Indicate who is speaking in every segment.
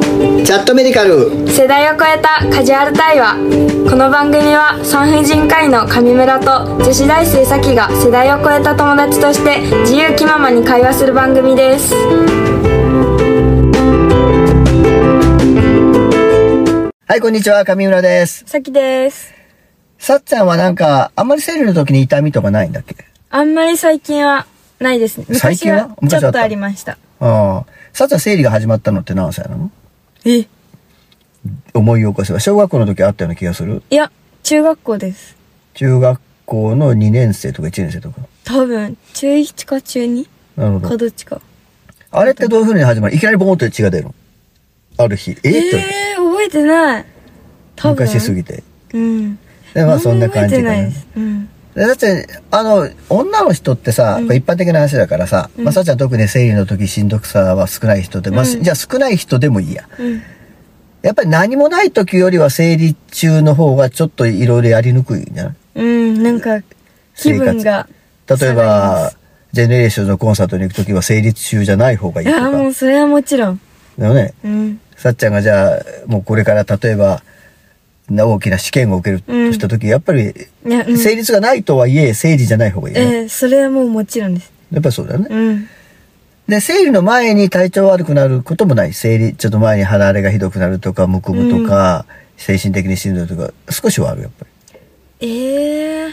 Speaker 1: ットメディカル
Speaker 2: 世代を超えたカジュアル対話この番組は産婦人科医の上村と女子大生咲が世代を超えた友達として自由気ままに会話する番組です
Speaker 1: はいこんにちは上村です
Speaker 2: 咲です
Speaker 1: さっちゃんはなんかあんまり生理の時に痛みとかないんだっけ
Speaker 2: あんまり最近はないですね
Speaker 1: 最
Speaker 2: 昔
Speaker 1: 近は
Speaker 2: は
Speaker 1: 昔あった
Speaker 2: ちょっとありました
Speaker 1: ああさっちゃん生理が始まったのって何歳なの
Speaker 2: えい
Speaker 1: 思い起こせば小学校の時あったような気がする
Speaker 2: や中学校です
Speaker 1: 中学校の2年生とか1年生とか
Speaker 2: 多分中1か中2
Speaker 1: なるほ
Speaker 2: か
Speaker 1: ど
Speaker 2: どっちか
Speaker 1: あれってどういう風に始まるいきなりボンって血が出るのある日えー、って
Speaker 2: えー、覚えてない多分
Speaker 1: 昔すぎて
Speaker 2: うん
Speaker 1: でまあそんな感じ
Speaker 2: あ
Speaker 1: か
Speaker 2: んま
Speaker 1: な
Speaker 2: 覚えてないですうん
Speaker 1: でさっちゃん、あの、女の人ってさ、
Speaker 2: うん
Speaker 1: これ一般的な話だからさ、
Speaker 2: うん
Speaker 1: まあ、さっちゃん特に生理の時しんどくさは少ない人で、まあ、
Speaker 2: うん
Speaker 1: しじゃあ少ない人でもいいや。
Speaker 2: うん
Speaker 1: やっぱり何もない時よりは生理中の方がちょっといろいろやりにくいんじゃない
Speaker 2: うん、なんか、気
Speaker 1: 生活
Speaker 2: 分が。
Speaker 1: 例え
Speaker 2: 下がりま
Speaker 1: ば
Speaker 2: す、
Speaker 1: ジェネレーションのコンサートに行く時は生理中じゃない方がいい
Speaker 2: い
Speaker 1: と
Speaker 2: や、も
Speaker 1: か。
Speaker 2: うそれはもちろん。
Speaker 1: だよね。
Speaker 2: うん。
Speaker 1: さっちゃんがじゃあ、もうこれから例えば、な大きな試験を受けるとした時、やっぱり、
Speaker 2: いや、うん。
Speaker 1: 生理痛がないとはいえ、生理じゃない方がいいよね。
Speaker 2: えー、それはもうもちろんです。
Speaker 1: やっぱりそうだよね。
Speaker 2: うん。
Speaker 1: で、生理の前に体調悪くなることもない。生理、ちょっと前に肌荒れがひどくなるとか、むくむとか、精神的にしんどいとか、少しはある、やっぱ
Speaker 2: えー、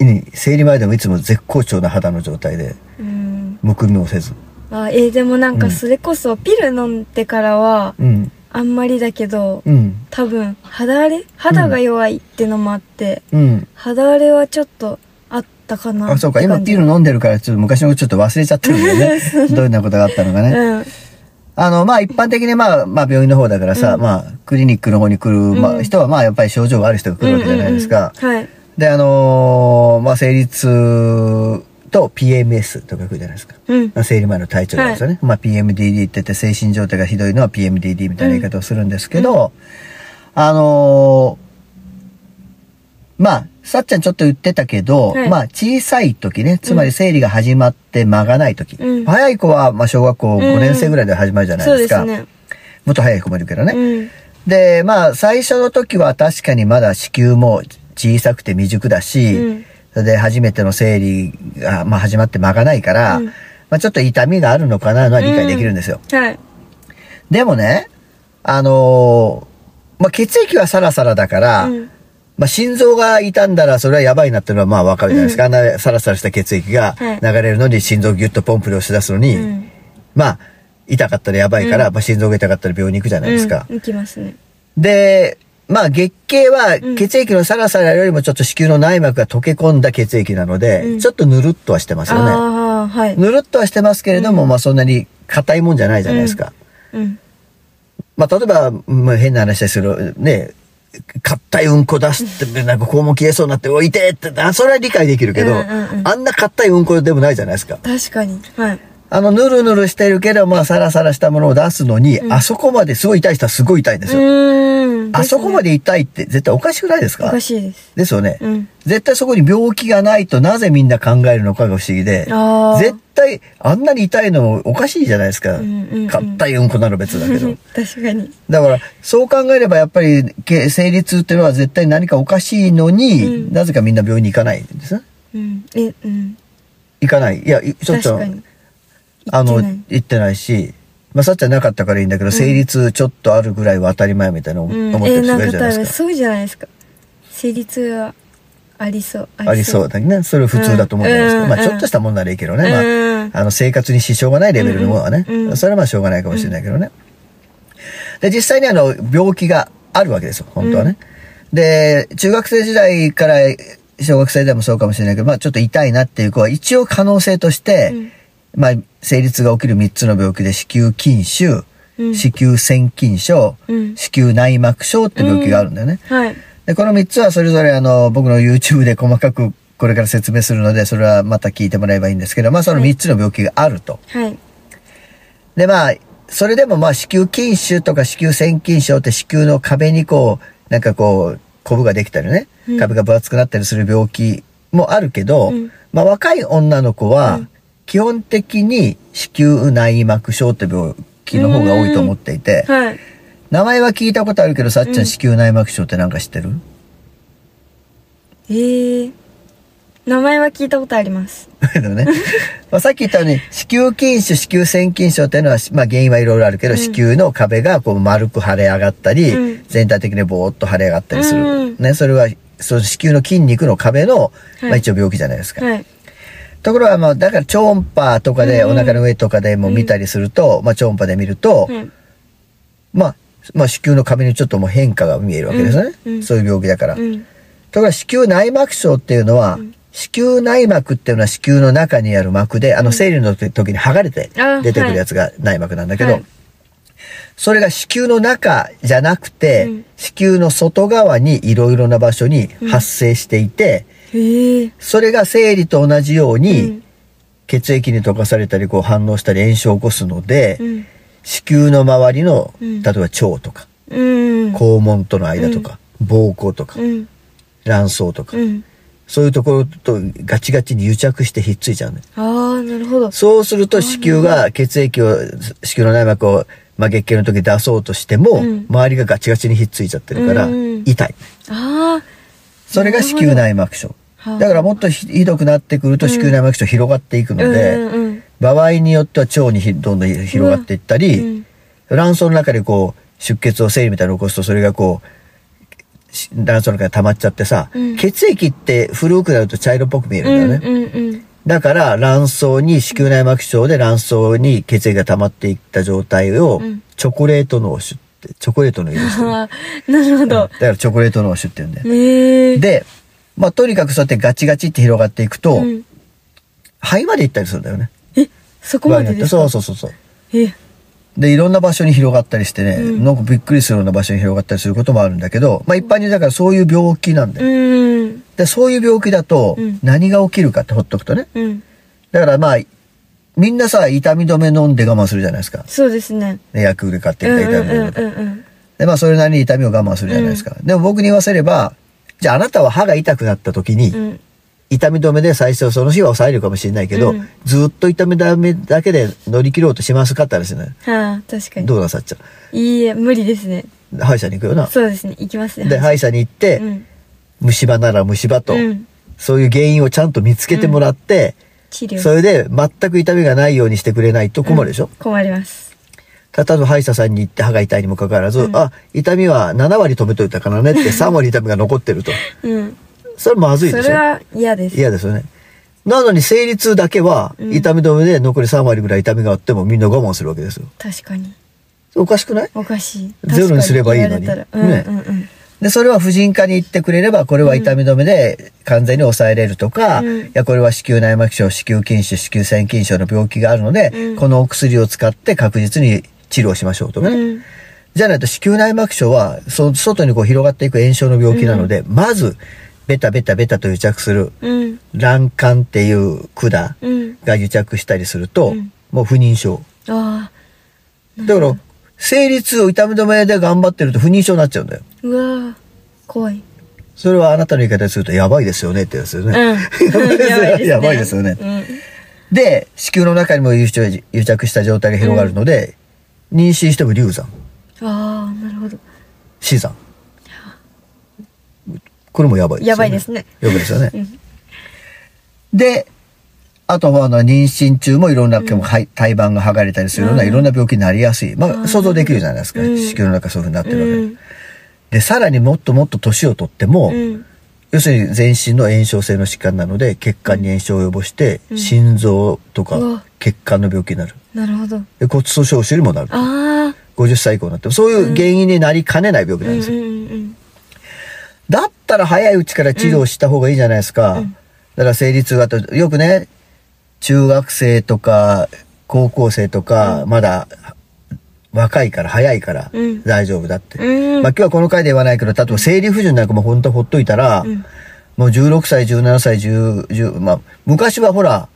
Speaker 1: り。いい生理前でもいつも絶好調な肌の状態で、
Speaker 2: うん。
Speaker 1: むくみもせず。
Speaker 2: あ、えー、でもなん
Speaker 1: う
Speaker 2: か
Speaker 1: ん
Speaker 2: それこそ、ピル飲んでからは、
Speaker 1: うん、
Speaker 2: あんまりだけど、
Speaker 1: うん、
Speaker 2: 多分、肌荒れ肌が弱いってのもあって、
Speaker 1: うん。
Speaker 2: 肌荒れはちょっとあったかな。
Speaker 1: あ、そうか、今
Speaker 2: って
Speaker 1: ピ
Speaker 2: 感
Speaker 1: ー
Speaker 2: じ
Speaker 1: ル飲んでるから、ちょっと昔のことちょっと忘れちゃってるんだよね。どういうようなことがあったのかね。
Speaker 2: うん。
Speaker 1: あの、まあ一般的にまあ、まあ病院の方だからさ、
Speaker 2: うん
Speaker 1: まあクリニックの方に来る、ま
Speaker 2: う
Speaker 1: あ
Speaker 2: ん
Speaker 1: 人はまあやっぱり症状がある人が来るわけじゃないですか。
Speaker 2: うんうんうんはい。
Speaker 1: で、あのーまあ、生理痛と PMS とか書くじゃないですか。
Speaker 2: うん。
Speaker 1: 生理前の体調なんですよね。まあ、PMDD って言って精神状態がひどいのは PMDD みたいな言い方をするんですけど、あのーまあ、さっちゃんちょっと言ってたけど、
Speaker 2: はい
Speaker 1: まあ、小さい時ね、つまり生理が始まって間がない時。
Speaker 2: うん
Speaker 1: 早い子は、まあ、小学校5年生ぐらいで始まるじゃない
Speaker 2: そう
Speaker 1: で
Speaker 2: です
Speaker 1: か。
Speaker 2: すね。
Speaker 1: もっと早い子もいるけどね。
Speaker 2: うん。
Speaker 1: で、まあ、最初の時は確かにまだ子宮も小さくて未熟だし、
Speaker 2: うん
Speaker 1: それで初めての生理が、まあ、始まって間がないから、
Speaker 2: うん
Speaker 1: まあ、ちょっと痛みがあるのかなのは理解できるんですよ。
Speaker 2: はい。
Speaker 1: でもね、あのーまあ、血液はサラサラだから、
Speaker 2: うん。
Speaker 1: まあ、心臓が痛んだらそれはやばいなっていうのはまあわかるじゃないですか。あんなサラサラした血液が
Speaker 2: はい
Speaker 1: 流れるのに心臓ギュッとポンプで押し出すのに、
Speaker 2: うん
Speaker 1: まあ、痛かったらやばいから、
Speaker 2: うん
Speaker 1: まあ、心臓が痛かったら病院に行くじゃないですか。
Speaker 2: うん、行きますね。
Speaker 1: で、まあ月経は
Speaker 2: うん
Speaker 1: 血液のサラサラよりもちょっと子宮の内膜が溶け込んだ血液なので、
Speaker 2: うん
Speaker 1: ちょっとぬるっとはしてますよね。
Speaker 2: ああ、はい。
Speaker 1: ぬるっとはしてますけれども、まあそんなに硬いもんじゃないじゃないですか。
Speaker 2: うん。
Speaker 1: まあ例えば、まあ、変な話ですけど、ね、硬いうんこ出して、なんか肛門切れそうになって、おいてって、あそれは理解できるけど、
Speaker 2: うんうんうん
Speaker 1: あんな硬いうんこでもないじゃないですか。
Speaker 2: 確かに。はい。
Speaker 1: あの、ぬるぬるしてるけど、まあサラサラしたものを出すのに、
Speaker 2: うん
Speaker 1: あそこまですごい痛い人はすごい痛いんで
Speaker 2: う
Speaker 1: すよ。
Speaker 2: ーん。
Speaker 1: あそこま
Speaker 2: で
Speaker 1: で痛いって絶対おかしくないです
Speaker 2: すね。おかしいです。
Speaker 1: ですよね、
Speaker 2: うん。
Speaker 1: 絶対そこに病気がないとなぜみんな考えるのかが不思議で、
Speaker 2: ああ。
Speaker 1: 絶対あんなに痛いのおかしいじゃないですか。
Speaker 2: うんうんうん。
Speaker 1: 硬いうんこなら別だけど
Speaker 2: 確かに。
Speaker 1: だから、そう考えればやっぱり、け生理痛っていうのは絶対何かおかしいのに、
Speaker 2: うん
Speaker 1: なぜかみんな病院に行かないんですね。
Speaker 2: うん。え、うん。
Speaker 1: 行かない。いや、いちょっ
Speaker 2: 確
Speaker 1: と
Speaker 2: か、に。
Speaker 1: あの
Speaker 2: 行ってない、
Speaker 1: 行ってないし、まあ、さっちゃんなかったからいいんだけど、生理痛ちょっとあるぐらいは当たり前みたいな思
Speaker 2: うん。え
Speaker 1: 思ってる
Speaker 2: ー、
Speaker 1: 人
Speaker 2: ないん
Speaker 1: る
Speaker 2: か
Speaker 1: じゃない
Speaker 2: 多
Speaker 1: で
Speaker 2: 分
Speaker 1: すか。
Speaker 2: そうじゃないですか。生理痛はありそう。
Speaker 1: ありそうだね。それ普通だと思うじゃないですか。
Speaker 2: うん
Speaker 1: まあ、ちょっとしたもんならいいけどね。まあ、
Speaker 2: うん。
Speaker 1: あの生活に支障がないレベルのものはね、
Speaker 2: うんうんうん
Speaker 1: それはまあしょうがないかもしれないけどね。で、実際にあの、病気があるわけですよ、本当はね。で、中学生時代から小学生でもそうかもしれないけど、まあちょっと痛いなっていう子は一応可能性として、まあ、生理痛が起きる3つの病気で子宮筋腫、
Speaker 2: うん
Speaker 1: 子宮腺筋症、
Speaker 2: うん
Speaker 1: 子宮内膜症って病気があるんだよね。
Speaker 2: はい。
Speaker 1: で、この3つはそれぞれあの、僕の YouTube で細かくこれから説明するので、それはまた聞いてもらえばいいんですけど、まあその3つの病気があると。
Speaker 2: はい。
Speaker 1: で、まあ、それでもまあ子宮筋腫とか子宮腺筋症って子宮の壁にこう、なんかこう、コブができたりね
Speaker 2: うん、
Speaker 1: 壁が分厚くなったりする病気もあるけど、
Speaker 2: うん
Speaker 1: まあ若い女の子
Speaker 2: う
Speaker 1: は
Speaker 2: ん、
Speaker 1: 基本的に子宮内膜症って病気の方が多いと思っていて、
Speaker 2: はい。
Speaker 1: 名前は聞いたことあるけど、さっちゃん子宮内膜症ってなんか知ってる、
Speaker 2: ええ名前は聞いたことあります。
Speaker 1: けどね。まあさっき言ったように、子宮筋腫、子宮腺筋症っていうのは、まあ原因はいろいろあるけど、
Speaker 2: うん
Speaker 1: 子宮の壁がこう丸く腫れ上がったり、
Speaker 2: うん
Speaker 1: 全体的にぼーっと腫れ上がったりする。
Speaker 2: うん
Speaker 1: ね、それは、その子宮の筋肉の壁の、
Speaker 2: い
Speaker 1: まあ一応超病気じゃないですか。
Speaker 2: はい。
Speaker 1: ところが、まあ、だから超音波とかで、
Speaker 2: うん
Speaker 1: お腹の上とかでも見たりすると、まあ超音波で見ると、
Speaker 2: はい。
Speaker 1: まあ、まあ子宮の壁にちょっともう変化が見えるわけですね。
Speaker 2: うんうん
Speaker 1: そういう病気だから。
Speaker 2: う
Speaker 1: と
Speaker 2: ん。
Speaker 1: ころが子宮内膜症っていうのは、子宮内膜っていうのは子宮の中にある膜で、あの生理の時時に剥がれて
Speaker 2: あ
Speaker 1: 出てくるやつが内膜なんだけど、
Speaker 2: はい
Speaker 1: それが子宮の中じゃなくて、
Speaker 2: うん
Speaker 1: 子宮の外側にいろいろな場所に発生していて、
Speaker 2: へえ。
Speaker 1: それが生理と同じように、
Speaker 2: うん
Speaker 1: 血液に溶かされたりこう反応したり炎症を起こすので、
Speaker 2: うん。
Speaker 1: 子宮の周りの、
Speaker 2: うん
Speaker 1: 例えば腸とか、
Speaker 2: うん。
Speaker 1: 肛門との間とか、膀胱とか、
Speaker 2: うん。
Speaker 1: 卵巣とか、
Speaker 2: うん。
Speaker 1: そういうところとガチガチに癒着してひっついちゃうね。
Speaker 2: ああ、なるほど。
Speaker 1: そうすると子宮が血液を、子宮の内膜を、まあ、月経の時出そうとしても、
Speaker 2: うん
Speaker 1: 周りがガチガチにひっついちゃってるから、
Speaker 2: うん
Speaker 1: 痛い。
Speaker 2: あ
Speaker 1: それが子宮内膜症。
Speaker 2: あ。
Speaker 1: だからもっとひひどくなってくると子宮内膜症広がっていくので、
Speaker 2: うんうんうん
Speaker 1: 場合によっては腸にひどんどん広がっていったり、
Speaker 2: うん
Speaker 1: 卵巣の中でこう出血を生理みたいなのを起こすとそれがこうし卵巣の中に溜まっちゃってさ、
Speaker 2: うん
Speaker 1: 血液って古くなると茶色っぽく見えるんだよね、
Speaker 2: うんうんうん。
Speaker 1: だから卵巣に子宮内膜症で卵巣に血液が溜まっていった状態を
Speaker 2: うん
Speaker 1: チョコレート脳腫ってチョコレートの色してる
Speaker 2: ああ、なるほ
Speaker 1: だ
Speaker 2: ど。
Speaker 1: からチョコレート脳腫って言うんだよ、
Speaker 2: へえ。
Speaker 1: でまあとにかくそうやってガチガチって広がっていくと、
Speaker 2: うん、
Speaker 1: 肺まで行ったりするんだよね
Speaker 2: え、そこまでです
Speaker 1: そう
Speaker 2: か
Speaker 1: そうそうそう
Speaker 2: え、
Speaker 1: でいろんな場所に広がったりしてね、
Speaker 2: うん
Speaker 1: なんかびっくりするような場所に広がったりすることもあるんだけど、まあ、一般にだからそういう病気なんだ
Speaker 2: う
Speaker 1: よ、
Speaker 2: ん。
Speaker 1: でそういう病気だと
Speaker 2: うん
Speaker 1: 何が起きるかってほっとくとね
Speaker 2: うん。
Speaker 1: だからまあみんなさ痛み止め飲んで我慢するじゃないですか、
Speaker 2: そうですね。
Speaker 1: ね、薬売り買って
Speaker 2: うん
Speaker 1: き
Speaker 2: う
Speaker 1: た
Speaker 2: ん
Speaker 1: 痛み止めと
Speaker 2: う
Speaker 1: か
Speaker 2: んうん。
Speaker 1: でまあそれなりに痛みを我慢するじゃないですか、でも僕に言わせればじゃああなたは歯が痛くなった時に、
Speaker 2: うん。
Speaker 1: 痛み止めで最初その日は抑えるかもしれないけど、
Speaker 2: うん
Speaker 1: ずっと痛み止めだけで乗り切ろうとしますかって話ね
Speaker 2: はあ、確かに。
Speaker 1: どうなさっちゃ
Speaker 2: いいえ、無理ですね。
Speaker 1: う歯医者に行くよな
Speaker 2: そうですね。行きますね。
Speaker 1: で歯医者に行って、
Speaker 2: うん。
Speaker 1: 虫歯なら虫歯と、
Speaker 2: うん
Speaker 1: そういう原因をちゃんと見つけてもらって、
Speaker 2: 治療。
Speaker 1: それで全く痛みがないようにしてくれないと困るでしょ、
Speaker 2: 困ります。
Speaker 1: ただ例えば歯医者さんに行って歯が痛いにもかかわらず、
Speaker 2: うん
Speaker 1: あ、痛みは7割止めといたからねって3割痛みが残ってると。
Speaker 2: うん。
Speaker 1: それまずい
Speaker 2: そ
Speaker 1: でし
Speaker 2: れ
Speaker 1: ょ
Speaker 2: は嫌です。
Speaker 1: 嫌ですよね。なのに生理痛だけは
Speaker 2: うん
Speaker 1: 痛み止めで残り3割ぐらい痛みがあってもみんな我慢するわけですよ。
Speaker 2: 確かに。
Speaker 1: おかしくない
Speaker 2: おかしい。
Speaker 1: ゼロにすればいいのに
Speaker 2: 確か言われたらうん
Speaker 1: ね
Speaker 2: うんうん。
Speaker 1: で、それは婦人科に行ってくれれば、これは痛み止めで完全に抑えれるとか、
Speaker 2: うん
Speaker 1: いや、これは子宮内膜症、子宮筋腫、子宮腺筋症の病気があるので、
Speaker 2: うん
Speaker 1: このお薬を使って確実に治療しましょうとかね。
Speaker 2: うん。
Speaker 1: じゃないと子宮内膜症は、そ外にこう広がっていく炎症の病気なので、まず、ベタベタベタと癒着する、
Speaker 2: うん。
Speaker 1: 卵管っていう管
Speaker 2: うん。
Speaker 1: が癒着したりすると、
Speaker 2: うん
Speaker 1: もう不妊症。
Speaker 2: ああ。
Speaker 1: だから、生理痛を痛み止めで頑張ってると不妊症になっちゃうんだよ。
Speaker 2: うわー怖い。
Speaker 1: それはあなたの言い方にするとやばいですよねってやつですよ
Speaker 2: う
Speaker 1: ね。
Speaker 2: ん。
Speaker 1: やばいですよね
Speaker 2: うん。
Speaker 1: で、子宮の中にも癒着癒着した状態が広がるので、妊娠しても流産、
Speaker 2: ああ、なるほど。
Speaker 1: 死産。これもやばいですよね。
Speaker 2: やばいですね
Speaker 1: やばいですよね。
Speaker 2: うん
Speaker 1: で、あとはあの妊娠中もいろんな、はい胎盤が剥がれたりするような、
Speaker 2: うん
Speaker 1: いろんな病気になりやすい。ま
Speaker 2: あー
Speaker 1: あ想像できるじゃないですか。
Speaker 2: うん
Speaker 1: 子宮の中そういうふうになってるわけで。
Speaker 2: うん。
Speaker 1: で、さらにもっともっと年をとっても、
Speaker 2: うん。
Speaker 1: 要するに全身の炎症性の疾患なので血管に炎症を及ぼして、
Speaker 2: うん
Speaker 1: 心臓と
Speaker 2: う
Speaker 1: か
Speaker 2: わ
Speaker 1: 血管の病気になる
Speaker 2: なるほど。
Speaker 1: で骨粗しょう症にもなる
Speaker 2: ああ。
Speaker 1: 50歳以降になってもそういう原因になりかねない病気
Speaker 2: う
Speaker 1: なんで
Speaker 2: んう
Speaker 1: すよ、
Speaker 2: んうん。
Speaker 1: だったら早いうちから治療した方がいいじゃないですか、
Speaker 2: うん
Speaker 1: だから生理痛があとよくね中学生とか高校生とか、まだ若いから早いから
Speaker 2: うん
Speaker 1: 大丈夫だって、
Speaker 2: うん。
Speaker 1: まあ今日はこの回で言わないけど例えば生理不順なんかも本当ほっといたら、
Speaker 2: うん
Speaker 1: もう16歳、17歳、10、10まあ、昔はほら、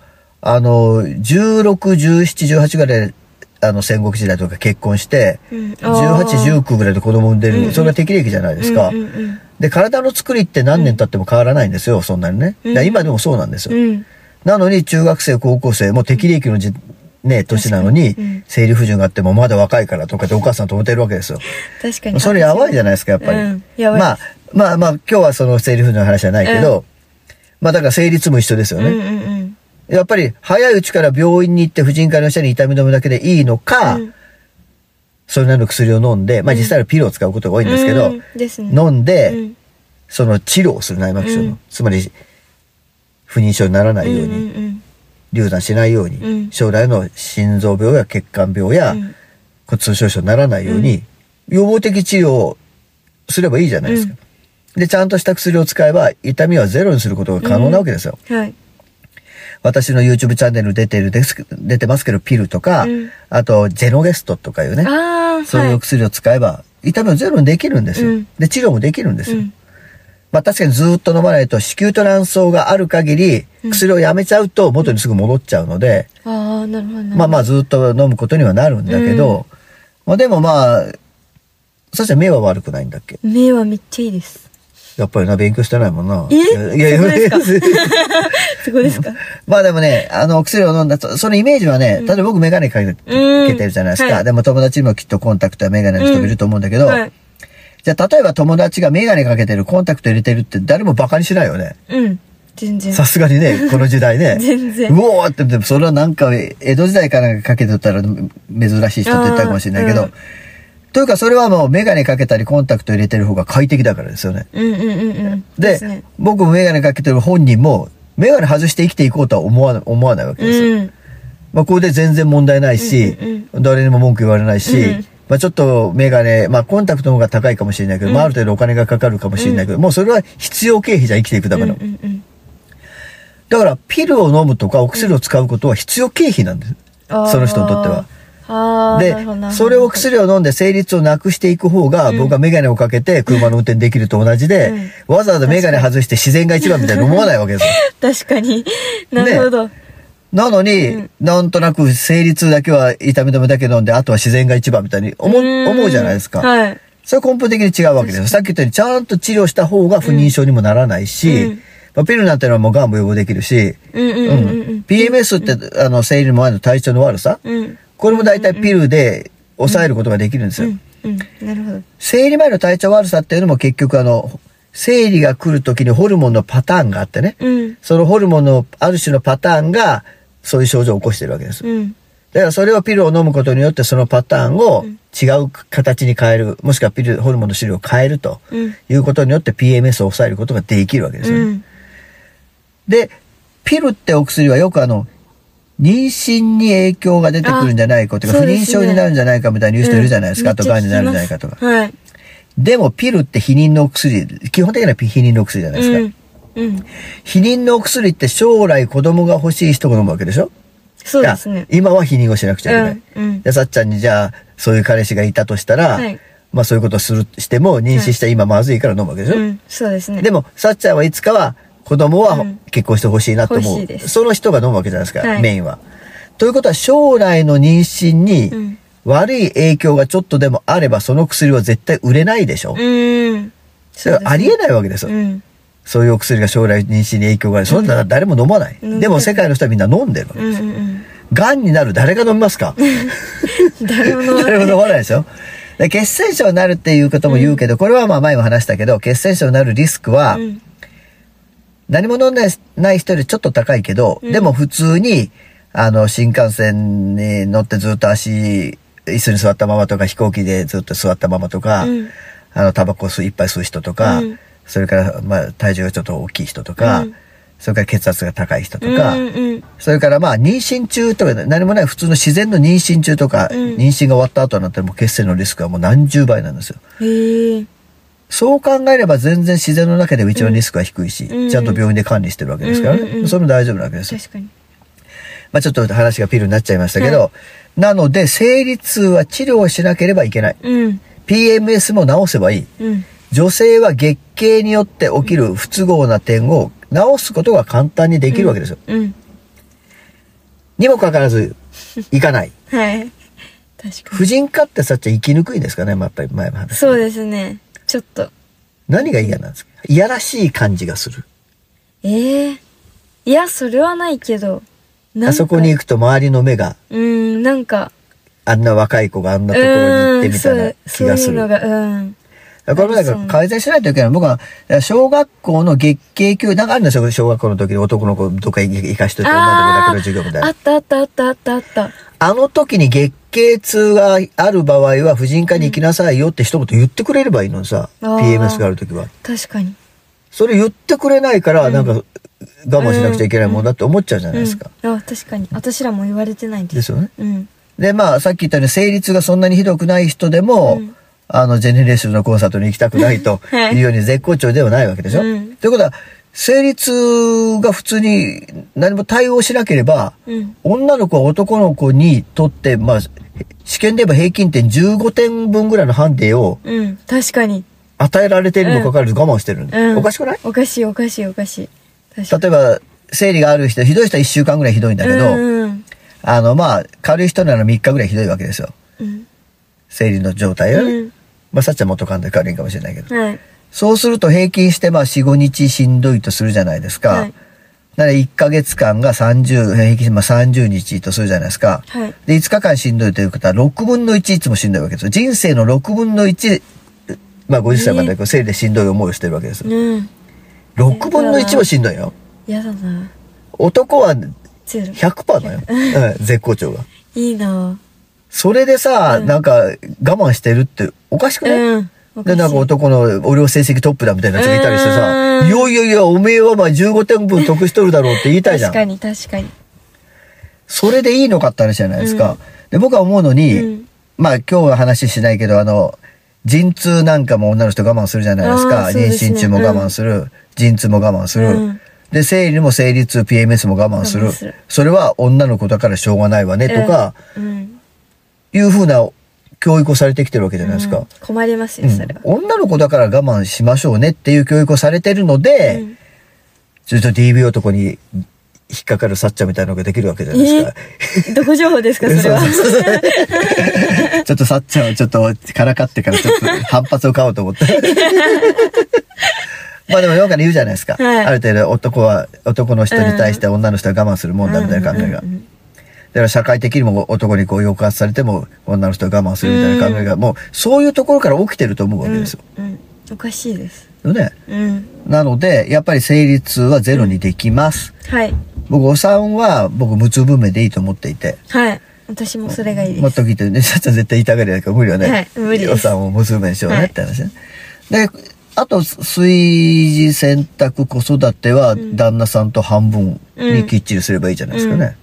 Speaker 1: あの、16、17、18ぐらいで、あの、戦国時代とか結婚して、
Speaker 2: うん
Speaker 1: 18、19ぐらいで子供産んでる、
Speaker 2: うんうん
Speaker 1: それが適齢期じゃないですか。
Speaker 2: うんうん
Speaker 1: で、体の作りって何年経っても変わらないんですよ、そんなにね。
Speaker 2: うん
Speaker 1: だから今でもそうなんです
Speaker 2: う
Speaker 1: よ。
Speaker 2: ん。うん
Speaker 1: なのに、中学生、高校生、もう適齢期のじね、年なのに
Speaker 3: 確かにうん、
Speaker 1: 生理不順があってもまだ若いからとかってお母さんと思ってるわけですよ。
Speaker 3: 確かに。
Speaker 1: それやばいじゃないですか、やっぱり。
Speaker 3: うんやばい
Speaker 1: まあ、まあまあ、今日はその生理不順の話じゃないけど、まあだから生理痛も一緒ですよ
Speaker 3: うんうん
Speaker 1: ね。
Speaker 3: うん。
Speaker 1: やっぱり早いうちから病院に行って婦人科の医者に痛み止めだけでいいのか、
Speaker 3: うん
Speaker 1: それなりの薬を飲んで、まあ実際はピルを使うことが多いんですけど、
Speaker 3: うんですね
Speaker 1: 飲んで、
Speaker 3: うん
Speaker 1: その治療をする内膜症の、
Speaker 3: うん
Speaker 1: つまり不妊症にならないように、
Speaker 3: うんうん
Speaker 1: 流産しないように、
Speaker 3: うん
Speaker 1: 将来の心臓病や血管病や
Speaker 3: うん
Speaker 1: 骨粗鬆症にならないように、予防的治療をすればいいじゃないですか。で、ちゃんとした薬を使えば痛みはゼロにすることが可能なわけですよ。
Speaker 3: うんはい。
Speaker 1: 私の YouTube チャンネル出てるですけ、出てますけど、ピルとか、
Speaker 3: うん
Speaker 1: あと、ジェノゲストとかいうね、
Speaker 3: ああ、
Speaker 1: そういうお薬を使えば、痛みをゼロにできるんですよ。
Speaker 3: うん
Speaker 1: で、治療もできるんですよ。
Speaker 3: うん
Speaker 1: まあ確かにずーっと飲まないと子宮と卵巣がある限り
Speaker 3: うん
Speaker 1: 薬をやめちゃうと元にすぐ戻っちゃうので、
Speaker 3: ああ、なるほどなるほど。
Speaker 1: まあまあずーっと飲むことにはなるんだけど、まあでもまあ、そしたら目は悪くないんだっけ
Speaker 3: 目はめっちゃいいです。
Speaker 1: やっぱりな、勉強してないもんな。
Speaker 3: え
Speaker 1: いやい
Speaker 3: そうで
Speaker 1: や、
Speaker 3: すすごいですか
Speaker 1: まあでもね、あの、薬を飲んだと、そのイメージはね、例えば僕メガネかけて
Speaker 3: うん
Speaker 1: けてるじゃないですか。
Speaker 3: はい
Speaker 1: でも友達にもきっとコンタクトやメガネの人もいると思うんだけど、
Speaker 3: はい。
Speaker 1: じゃあ例えば友達がメガネかけてる、コンタクト入れてるって誰もバカにしないよね。
Speaker 3: うん。全然。
Speaker 1: さすがに ね、この時代ね。
Speaker 3: 全然
Speaker 1: うおーって、でもそれはなんか、江戸時代からかけとったら珍しい人って言ったかもしれないけど、
Speaker 3: あーうん
Speaker 1: というかそれはもうメガネかけたりコンタクト入れてる方が快適だからですよね。
Speaker 3: うんうんうんうん。
Speaker 1: で、
Speaker 3: すね
Speaker 1: 僕もメガネかけてる本人も、メガネ外して生きていこうとは思わ思わないわけですよ。
Speaker 3: うん。
Speaker 1: まあこれで全然問題ないし、
Speaker 3: うんうん
Speaker 1: 誰にも文句言われないし、
Speaker 3: うん
Speaker 1: まあちょっとメガネ、まあコンタクトの方が高いかもしれないけど、まあある程度お金がかかるかもしれないけど、もうそれは必要経費じゃ生きていくための。
Speaker 3: うんうんうん。
Speaker 1: だから、ピルを飲むとかお薬を使うことは必要経費なんです。
Speaker 3: あー
Speaker 1: その人にとっては。
Speaker 3: ああ。なるほど
Speaker 1: で、
Speaker 3: なるほど
Speaker 1: それを薬を飲んで生理痛をなくしていく方が、僕はメガネをかけて車の運転できると同じで、わざわざメガネ外して自然が一番みたいに思わないわけですよ。
Speaker 3: 確かに。なるほど。
Speaker 1: なのに、なんとなく生理痛だけは痛み止めだけ飲んで、あとは自然が一番みたいに思う
Speaker 3: ーん
Speaker 1: 思うじゃないですか。
Speaker 3: はい。
Speaker 1: それは根本的に違うわけですよ。さっき言ったように、ちゃんと治療した方が不妊症にもならないし、
Speaker 3: うんうん
Speaker 1: まあピルなんてのはもう癌も予防できるし、
Speaker 3: うんうん
Speaker 1: う
Speaker 3: うんんうん。
Speaker 1: PMS って、あの、生理の前の体調の悪さ、
Speaker 3: うん。
Speaker 1: これも大体ピルで抑えることができるんです
Speaker 3: う
Speaker 1: よ。
Speaker 3: ん。うん。なるほど。
Speaker 1: 生理前の体調悪さっていうのも結局あの、生理が来る時にホルモンのパターンがあってね、
Speaker 3: うん。
Speaker 1: そのホルモンのある種のパターンが、そういう症状を起こしてるわけです。
Speaker 3: うん。
Speaker 1: だからそれをピルを飲むことによってそのパターンを違う形に変える、もしくはピル、ホルモンの種類を変えると
Speaker 3: うん。
Speaker 1: いうことによって PMS を抑えることができるわけですよね。
Speaker 3: うん。
Speaker 1: で、ピルってお薬はよくあの、妊娠に影響が出てくるんじゃないかとか、
Speaker 3: あ
Speaker 1: 不
Speaker 3: そうで
Speaker 1: 妊
Speaker 3: すね
Speaker 1: 症になるんじゃないかみたいに言う人いるじゃないですか、
Speaker 3: うん
Speaker 1: あと癌になるんじゃないかとか。。
Speaker 3: めっちゃ聞き
Speaker 1: でもピルって避妊のお薬、基本的には避妊のお薬じゃない
Speaker 3: ま
Speaker 1: ですす
Speaker 3: は
Speaker 1: か。
Speaker 3: い。うん。うん。
Speaker 1: 避妊のお薬って将来子供が欲しい人が飲むわけでしょ
Speaker 3: そうですね
Speaker 1: いや。今は避妊をしなくちゃいけない。
Speaker 3: うんうん
Speaker 1: で、さっちゃんにじゃあ、そういう彼氏がいたとしたら、
Speaker 3: はい
Speaker 1: まあそういうことをする、しても妊娠した今まずいから飲むわけでしょ、
Speaker 3: うん。そうです ね。
Speaker 1: でも、さっちゃんはいつかは子供は
Speaker 3: うん
Speaker 1: 結婚してほしいなと思
Speaker 3: 欲
Speaker 1: う、
Speaker 3: しいです
Speaker 1: その人が飲むわけじゃないですか、
Speaker 3: はい
Speaker 1: メインは。ということは将来の妊娠
Speaker 3: う
Speaker 1: に
Speaker 3: ん
Speaker 1: 悪い影響がちょっとでもあればその薬は絶対売れないでしょ、
Speaker 3: うん。
Speaker 1: それはありえないわけですよ。
Speaker 3: うん。
Speaker 1: そういうお薬が将来妊娠に影響がある。そんなの誰も飲まない。
Speaker 3: うん
Speaker 1: でも世界の人はみんな飲んでるわけ
Speaker 3: うんう
Speaker 1: です。
Speaker 3: ん
Speaker 1: 癌、になる誰が飲みます か
Speaker 3: うん。誰も飲まない
Speaker 1: 誰も飲まないでしょで血栓症になるっていうことも言うけど、これはまあ前も話したけど、血栓症になるリスクは、
Speaker 3: うん
Speaker 1: 何も飲んでない人よりちょっと高いけど、
Speaker 3: うん
Speaker 1: でも普通に、あの、新幹線に乗ってずっと足、椅子に座ったままとか、飛行機でずっと座ったままとか、
Speaker 3: うん
Speaker 1: あの、タバコ吸う、いっぱい吸う人とか、
Speaker 3: うん
Speaker 1: それから、まあ、体重がちょっと大きい人とか、
Speaker 3: うん
Speaker 1: それから血圧が高い人と
Speaker 3: うん
Speaker 1: か、
Speaker 3: うん
Speaker 1: それからまあ、妊娠中とか、何もない普通の自然の妊娠中とか、
Speaker 3: うん
Speaker 1: 妊娠が終わった後になってもう血栓のリスクはもう何十倍なんですよ。
Speaker 3: へえ。
Speaker 1: そう考えれば全然自然の中では一番リスクは低いし、
Speaker 3: うん
Speaker 1: ちゃんと病院で管理してるわけですからね。
Speaker 3: うんうんうん
Speaker 1: それも大丈夫なわけですよ。
Speaker 3: 確かに。
Speaker 1: まあちょっと話がピルになっちゃいましたけど、
Speaker 3: は
Speaker 1: なので生理痛は治療をしなければいけない。
Speaker 3: うん。
Speaker 1: PMS も治せばいい。
Speaker 3: うん。
Speaker 1: 女性は月経によって起きる不都合な点を治すことが簡単にできるわけですよ。
Speaker 3: うん。
Speaker 1: にもかかわらず、行かない。
Speaker 3: はい。確か
Speaker 1: 婦人科ってさっちゃ生きにくいですかね、まあ、やっぱり前も
Speaker 3: に。
Speaker 1: 話した
Speaker 3: そうですね。ちょっと。
Speaker 1: 何が嫌なんですかいやらしい感じがする。
Speaker 3: ええいや、それはないけど、なんか
Speaker 1: あそこに行くと周りの目が、
Speaker 3: うんなんか
Speaker 1: あんな若い子があんなところに行ってみたいな気がす
Speaker 3: うんそうそうい
Speaker 1: る。
Speaker 3: うのがうん
Speaker 1: これもだから改善しないといけない。僕は、小学校の月経教なんかあるんですよ。小学校の時に男の子どっか行かしといて女の子だけの授業みたい
Speaker 3: あーあ
Speaker 1: な
Speaker 3: っ。たあったあったあったあった
Speaker 1: あの時に月経痛がある場合は婦人科に行きなさいよって一言言ってくれればいいのにさ、
Speaker 3: あー
Speaker 1: PMS がある時は。
Speaker 3: 確かに
Speaker 1: それ言ってくれないから、なんか我慢しなくちゃいけないもんだって思っちゃうじゃないですか。
Speaker 3: うん、あ確かに私らも言われてないです
Speaker 1: ですよね。
Speaker 3: うん
Speaker 1: で、まあ、さっき言ったように、生理痛がそんなにひどくない人でも、
Speaker 3: うん
Speaker 1: あの、ジェネレーションのコンサートに行きたくないと
Speaker 3: はい
Speaker 1: いうように絶好調ではないわけでしょ。
Speaker 3: うん
Speaker 1: ということは、生理痛が普通に何も対応しなければ、
Speaker 3: うん
Speaker 1: 女の子は男の子にとって、まあ、試験で言えば平均点15点分ぐらいの判定を
Speaker 3: うん確かに
Speaker 1: 与えられているにもかかわらず我慢してるんで、
Speaker 3: うん
Speaker 1: おかしくない
Speaker 3: おかしいおかしいおかしい確かに
Speaker 1: 例えば、生理がある人、ひどい人は1週間ぐらいひどいんだけど、
Speaker 3: うん
Speaker 1: あの、まあ、軽い人なら3日ぐらいひどいわけですよ。
Speaker 3: うん
Speaker 1: 生理の状態
Speaker 3: う
Speaker 1: がね。
Speaker 3: ん、
Speaker 1: まあ、さっちゃんもっと簡単に軽いかもしれないけど。
Speaker 3: うん、はい
Speaker 1: そうすると平均してまあ4、5日しんどいとするじゃないですか。
Speaker 3: はい
Speaker 1: なら1ヶ月間が30、平均してまあ30日とするじゃないですか。
Speaker 3: はい
Speaker 1: で、5日間しんどいということは6分の1いつもしんどいわけですよ。人生の6分の1、まあ50歳までだけど生理でしんどい思いをしてるわけですよ。
Speaker 3: うん
Speaker 1: 6分の1もしんどいよ。
Speaker 3: やだな
Speaker 1: 男は
Speaker 3: ゼロ
Speaker 1: 100%だよ。うん、絶好調が。
Speaker 3: いいな
Speaker 1: それでさ、なんか我慢してるっておかしくない、
Speaker 3: うんおか
Speaker 1: で、
Speaker 3: しい
Speaker 1: なんか男の俺を成績トップだみたいなやつがいたりして
Speaker 3: う
Speaker 1: さ、
Speaker 3: ん
Speaker 1: いやいやいや、おめえはまあ15点分得しとるだろうって言いたいじゃ
Speaker 3: 確か
Speaker 1: ん。
Speaker 3: に確かに
Speaker 1: それでいいのかって話じゃないですか。
Speaker 3: うん
Speaker 1: で、僕は思うのに、
Speaker 3: うん
Speaker 1: まあ今日は話しないけど、あの、陣痛なんかも女の人我慢するじゃないです
Speaker 3: あ
Speaker 1: か。
Speaker 3: ーそうですね
Speaker 1: 妊娠中も我慢する、陣痛も我慢する。
Speaker 3: うん
Speaker 1: で、生理も生理痛、PMS も我慢す
Speaker 3: 我
Speaker 1: る
Speaker 3: 慢する。
Speaker 1: それは女の子だからしょうがないわね、とか、
Speaker 3: うん
Speaker 1: いうふうな教育をされてきてるわけじゃないですか。
Speaker 3: うん困ります
Speaker 1: う
Speaker 3: よそれ
Speaker 1: ん、
Speaker 3: は、
Speaker 1: 女の子だから我慢しましょうねっていう教育をされてるので、
Speaker 3: うん
Speaker 1: ずっと DV 男に引っかかるサッチャーみたいなのができるわけじゃないですか。
Speaker 3: どこ情報ですかそれは
Speaker 1: そうそう そうちょっとサッチャーをちょっとからかってからちょっと反発を買おうと思って。 まあでも世の中に言うじゃないですか。
Speaker 3: はい
Speaker 1: ある程度男は、男の人に対して女の人は我慢するもんだみたいな考えが。
Speaker 3: うんうんうん
Speaker 1: だから社会的にも男にこう抑圧されても女の人は我慢するみたいな考えが、もうそういうところから起きてると思うわけですよ。
Speaker 3: うんうんおかしいです
Speaker 1: よね。
Speaker 3: うん
Speaker 1: なので、やっぱり生理痛はゼロにできます。
Speaker 3: はい
Speaker 1: 僕、お産は、僕、無痛分娩でいいと思っていて。
Speaker 3: はい私もそれがいいです、
Speaker 1: もっと聞いてね、 ちょっと絶対痛がりだから無理はね。
Speaker 3: はい無理です
Speaker 1: お産を無痛分娩しようねって話ね。で、あと、炊事、洗濯、子育ては、旦那さんと半分にきっちりすればいいじゃないですかね。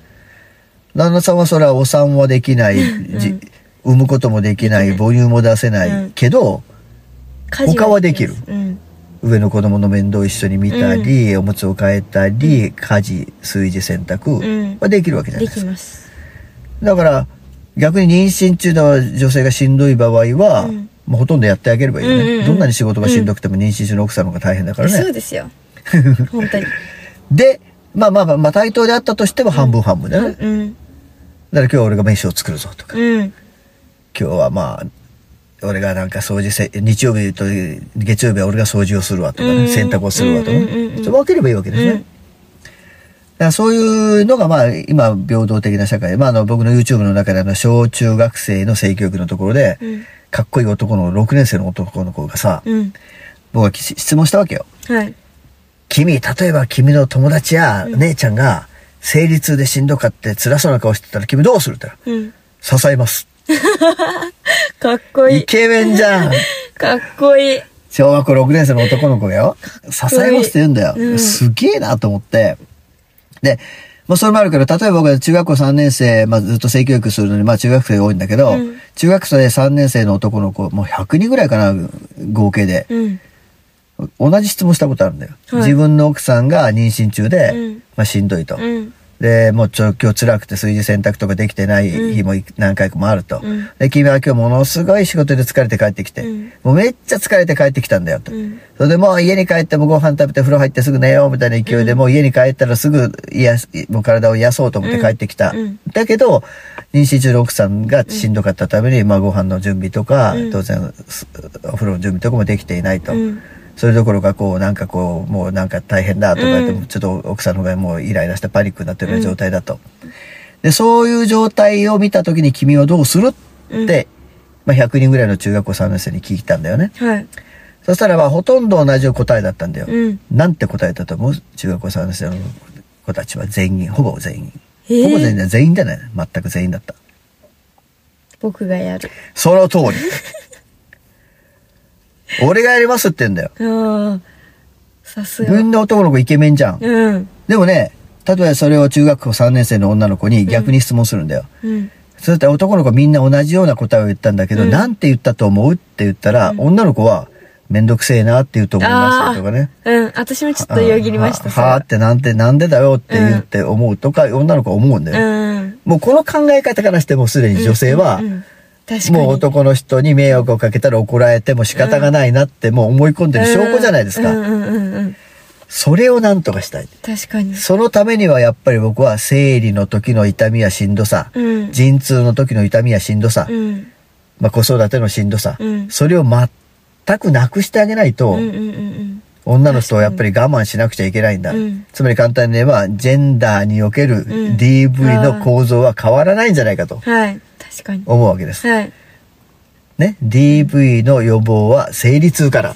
Speaker 1: 旦那さんはそれはお産はできない、じ産むこともできない、母乳も出せな
Speaker 3: う
Speaker 1: い
Speaker 3: ん
Speaker 1: けど、
Speaker 3: 家事
Speaker 1: 他はできる
Speaker 3: うん
Speaker 1: 上の子供の面倒を一緒に見たり、おむつを変えたり、家事、炊事、洗
Speaker 3: う
Speaker 1: 濯
Speaker 3: ん
Speaker 1: はできるわけじゃない
Speaker 3: で
Speaker 1: です
Speaker 3: き
Speaker 1: か。
Speaker 3: ます
Speaker 1: だから、逆に妊娠中の女性がしんどい場合は、
Speaker 3: うん
Speaker 1: もうほとんどやってあげればいいよね、
Speaker 3: うんうんうん
Speaker 1: どんなに仕事がしんどくても妊娠中の奥さんの方が大変だから
Speaker 3: そう
Speaker 1: ね。
Speaker 3: で すよ本当に
Speaker 1: で、まあまあまあ、まあ、対等であったとしても半分半分だよね。だか
Speaker 3: うん
Speaker 1: ら今日は俺が飯を作るぞとか、
Speaker 3: うん
Speaker 1: 今日はまあ、俺がなんか掃除せ、日曜日と月曜日は俺が掃除をするわとかね、
Speaker 3: うん
Speaker 1: 洗濯をするわとかね、
Speaker 3: うんうんうんうん
Speaker 1: そう分ければいいわけですね。
Speaker 3: うん
Speaker 1: だからそういうのが、まあ、今、平等的な社会。まあ、あの、僕の YouTube の中で、あの、小中学生の性教育のところで、
Speaker 3: うん
Speaker 1: かっこいい男の、6年生の男の子がさ、
Speaker 3: うん
Speaker 1: 僕はき質問したわけよ。
Speaker 3: はい
Speaker 1: 君、例えば君の友達や姉ちゃんが、生理痛でしんどかって辛そうな顔してたら、君どうするって言った
Speaker 3: うん
Speaker 1: ら、支えます。
Speaker 3: かっこい
Speaker 1: イ
Speaker 3: い
Speaker 1: ケメンじゃん
Speaker 3: かっこいい
Speaker 1: 小学校6年生の男の子がよ、支えますって言うんだよ。
Speaker 3: うん
Speaker 1: すげえなと思って。で、まあそれもあるけど、例えば僕は中学校3年生、まあずっと性教育するのに、まあ中学生が多いんだけど、
Speaker 3: うん
Speaker 1: 中学生3年生の男の子、もう100人ぐらいかな、合計で。
Speaker 3: うん
Speaker 1: 同じ質問したことあるんだよ。
Speaker 3: はい
Speaker 1: 自分の奥さんが妊娠中で、
Speaker 3: うん
Speaker 1: まあしんどいと。
Speaker 3: うん
Speaker 1: で、もうちょ、今日辛くて炊事洗濯とかできてない日もい何回もあると。
Speaker 3: うん
Speaker 1: で、君は今日ものすごい仕事で疲れて帰ってきて、
Speaker 3: うん
Speaker 1: もうめっちゃ疲れて帰ってきたんだよと。
Speaker 3: うん
Speaker 1: それでもう家に帰ってもご飯食べて風呂入ってすぐ寝ようみたいな勢いで、もう家に帰ったらすぐ癒やすもう体を癒やそうと思って帰ってきた。
Speaker 3: うんうん
Speaker 1: だけど、妊娠中の奥さんがしんどかったために、まあご飯の準備とか、
Speaker 3: うん
Speaker 1: 当然すお風呂の準備とかもできていないと。
Speaker 3: うん
Speaker 1: それどころかこうなんかこうもうなんか大変だとか言って、
Speaker 3: うん
Speaker 1: ちょっと奥さんの方がもうイライラしてパニックになってるような状態だと、でそういう状態を見た時に君はどうするって、まあ、100人ぐらいの中学校3年生に聞いたんだよね
Speaker 3: はい。
Speaker 1: そしたらまあほとんど同じ答えだったんだよ、
Speaker 3: うん。
Speaker 1: なんて答えたと思う中学校3年生の子たちは全員ほぼ全員、
Speaker 3: えー
Speaker 1: ほぼ全員じゃ全員じゃない全く全員だった
Speaker 3: 僕がやる。
Speaker 1: その通 り俺がやりますって言うんだよ
Speaker 3: ああ。さす
Speaker 1: み
Speaker 3: が。
Speaker 1: んな男の子イケメンじゃん
Speaker 3: うん。
Speaker 1: でもね、例えばそれを中学校3年生の女の子に逆に質問するんだよ。
Speaker 3: うん。
Speaker 1: そうしたら男の子みんな同じような答えを言ったんだけど、
Speaker 3: うん
Speaker 1: なんて言ったと思うって言ったら、女の子は、めんどくせえなって言うと思いま
Speaker 3: あ
Speaker 1: す
Speaker 3: ー
Speaker 1: とかね。
Speaker 3: うん。私もちょっとよぎりました。
Speaker 1: ははあってなんて、なんでだよって言って思うとか、女の子は思うんだ
Speaker 3: それ
Speaker 1: よ。
Speaker 3: はうん。
Speaker 1: もうこの考え方からしてもうすでに女性は、
Speaker 3: うんうん確かに。
Speaker 1: もう男の人に迷惑をかけたら怒られても仕方がないなってもう思い込んでる証拠じゃないです
Speaker 3: うん
Speaker 1: か。
Speaker 3: うんうんうん。
Speaker 1: それをなんとかしたい。
Speaker 3: 確かに。
Speaker 1: そのためにはやっぱり僕は生理の時の痛みやしんどさ、
Speaker 3: うん。
Speaker 1: 陣痛の時の痛みやしんどさ、
Speaker 3: うん。
Speaker 1: まあ、子育てのしんどさ、
Speaker 3: うん
Speaker 1: それを全くなくしてあげないと、
Speaker 3: うんうんうん
Speaker 1: 女の人はやっぱり我慢しなくちゃいけないんだ。
Speaker 3: うん
Speaker 1: つまり簡単に言えば、ジェンダーにおける
Speaker 3: ん
Speaker 1: DV の構造は変わらないんじゃないかと
Speaker 3: うん。はい。確かに。
Speaker 1: 思うわけです。
Speaker 3: はい。
Speaker 1: ね、DV の予防は生理痛 から。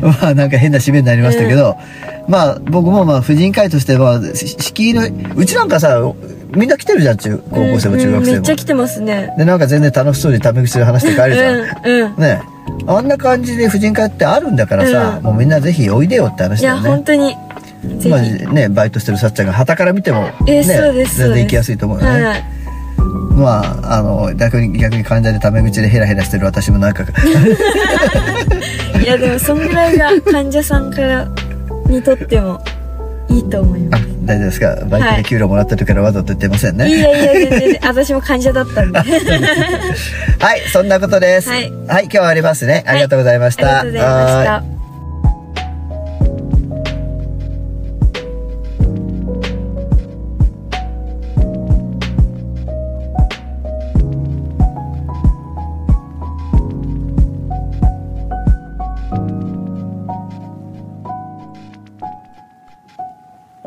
Speaker 1: まあなんか変な締めになりましたけど、まあ僕もまあ婦人会としてはし敷居のうちなんかさみんな来てるじゃん中高校生も中学
Speaker 3: うん
Speaker 1: 生
Speaker 3: うんめっ
Speaker 1: も
Speaker 3: ちゃ。来てますね。
Speaker 1: でなんか全然楽しそうにタメ口で話して帰
Speaker 3: う
Speaker 1: るじゃん。
Speaker 3: ん。うん。
Speaker 1: ねあんな感じで婦人会ってあるんだからさ、
Speaker 3: うん
Speaker 1: もうみんなぜひおいでよって話
Speaker 3: い
Speaker 1: だよ
Speaker 3: や、
Speaker 1: ね。
Speaker 3: 本当に。ぜ
Speaker 1: まあ
Speaker 3: ひ。
Speaker 1: ねバイトしてるさっちゃんが旗から見ても、ね
Speaker 3: えーそうです。そ
Speaker 1: 全
Speaker 3: うです
Speaker 1: 然行きやすいと思うよね。
Speaker 3: はい。
Speaker 1: まあ、あの、逆に、逆に患者でタメ口でヘラヘラしてる私もなん か、
Speaker 3: いやでもそんぐらいが患者さんからにとってもいいと思いま
Speaker 1: あ
Speaker 3: す。
Speaker 1: 大丈夫ですかバイトで給料もらってるからわざと言ってません
Speaker 3: い
Speaker 1: ね。
Speaker 3: やいやいやいや私も患者だったんで。
Speaker 1: はい、そんなことです。
Speaker 3: はい
Speaker 1: 今日はありますね。ありがとうございました。
Speaker 3: ありがとうございました。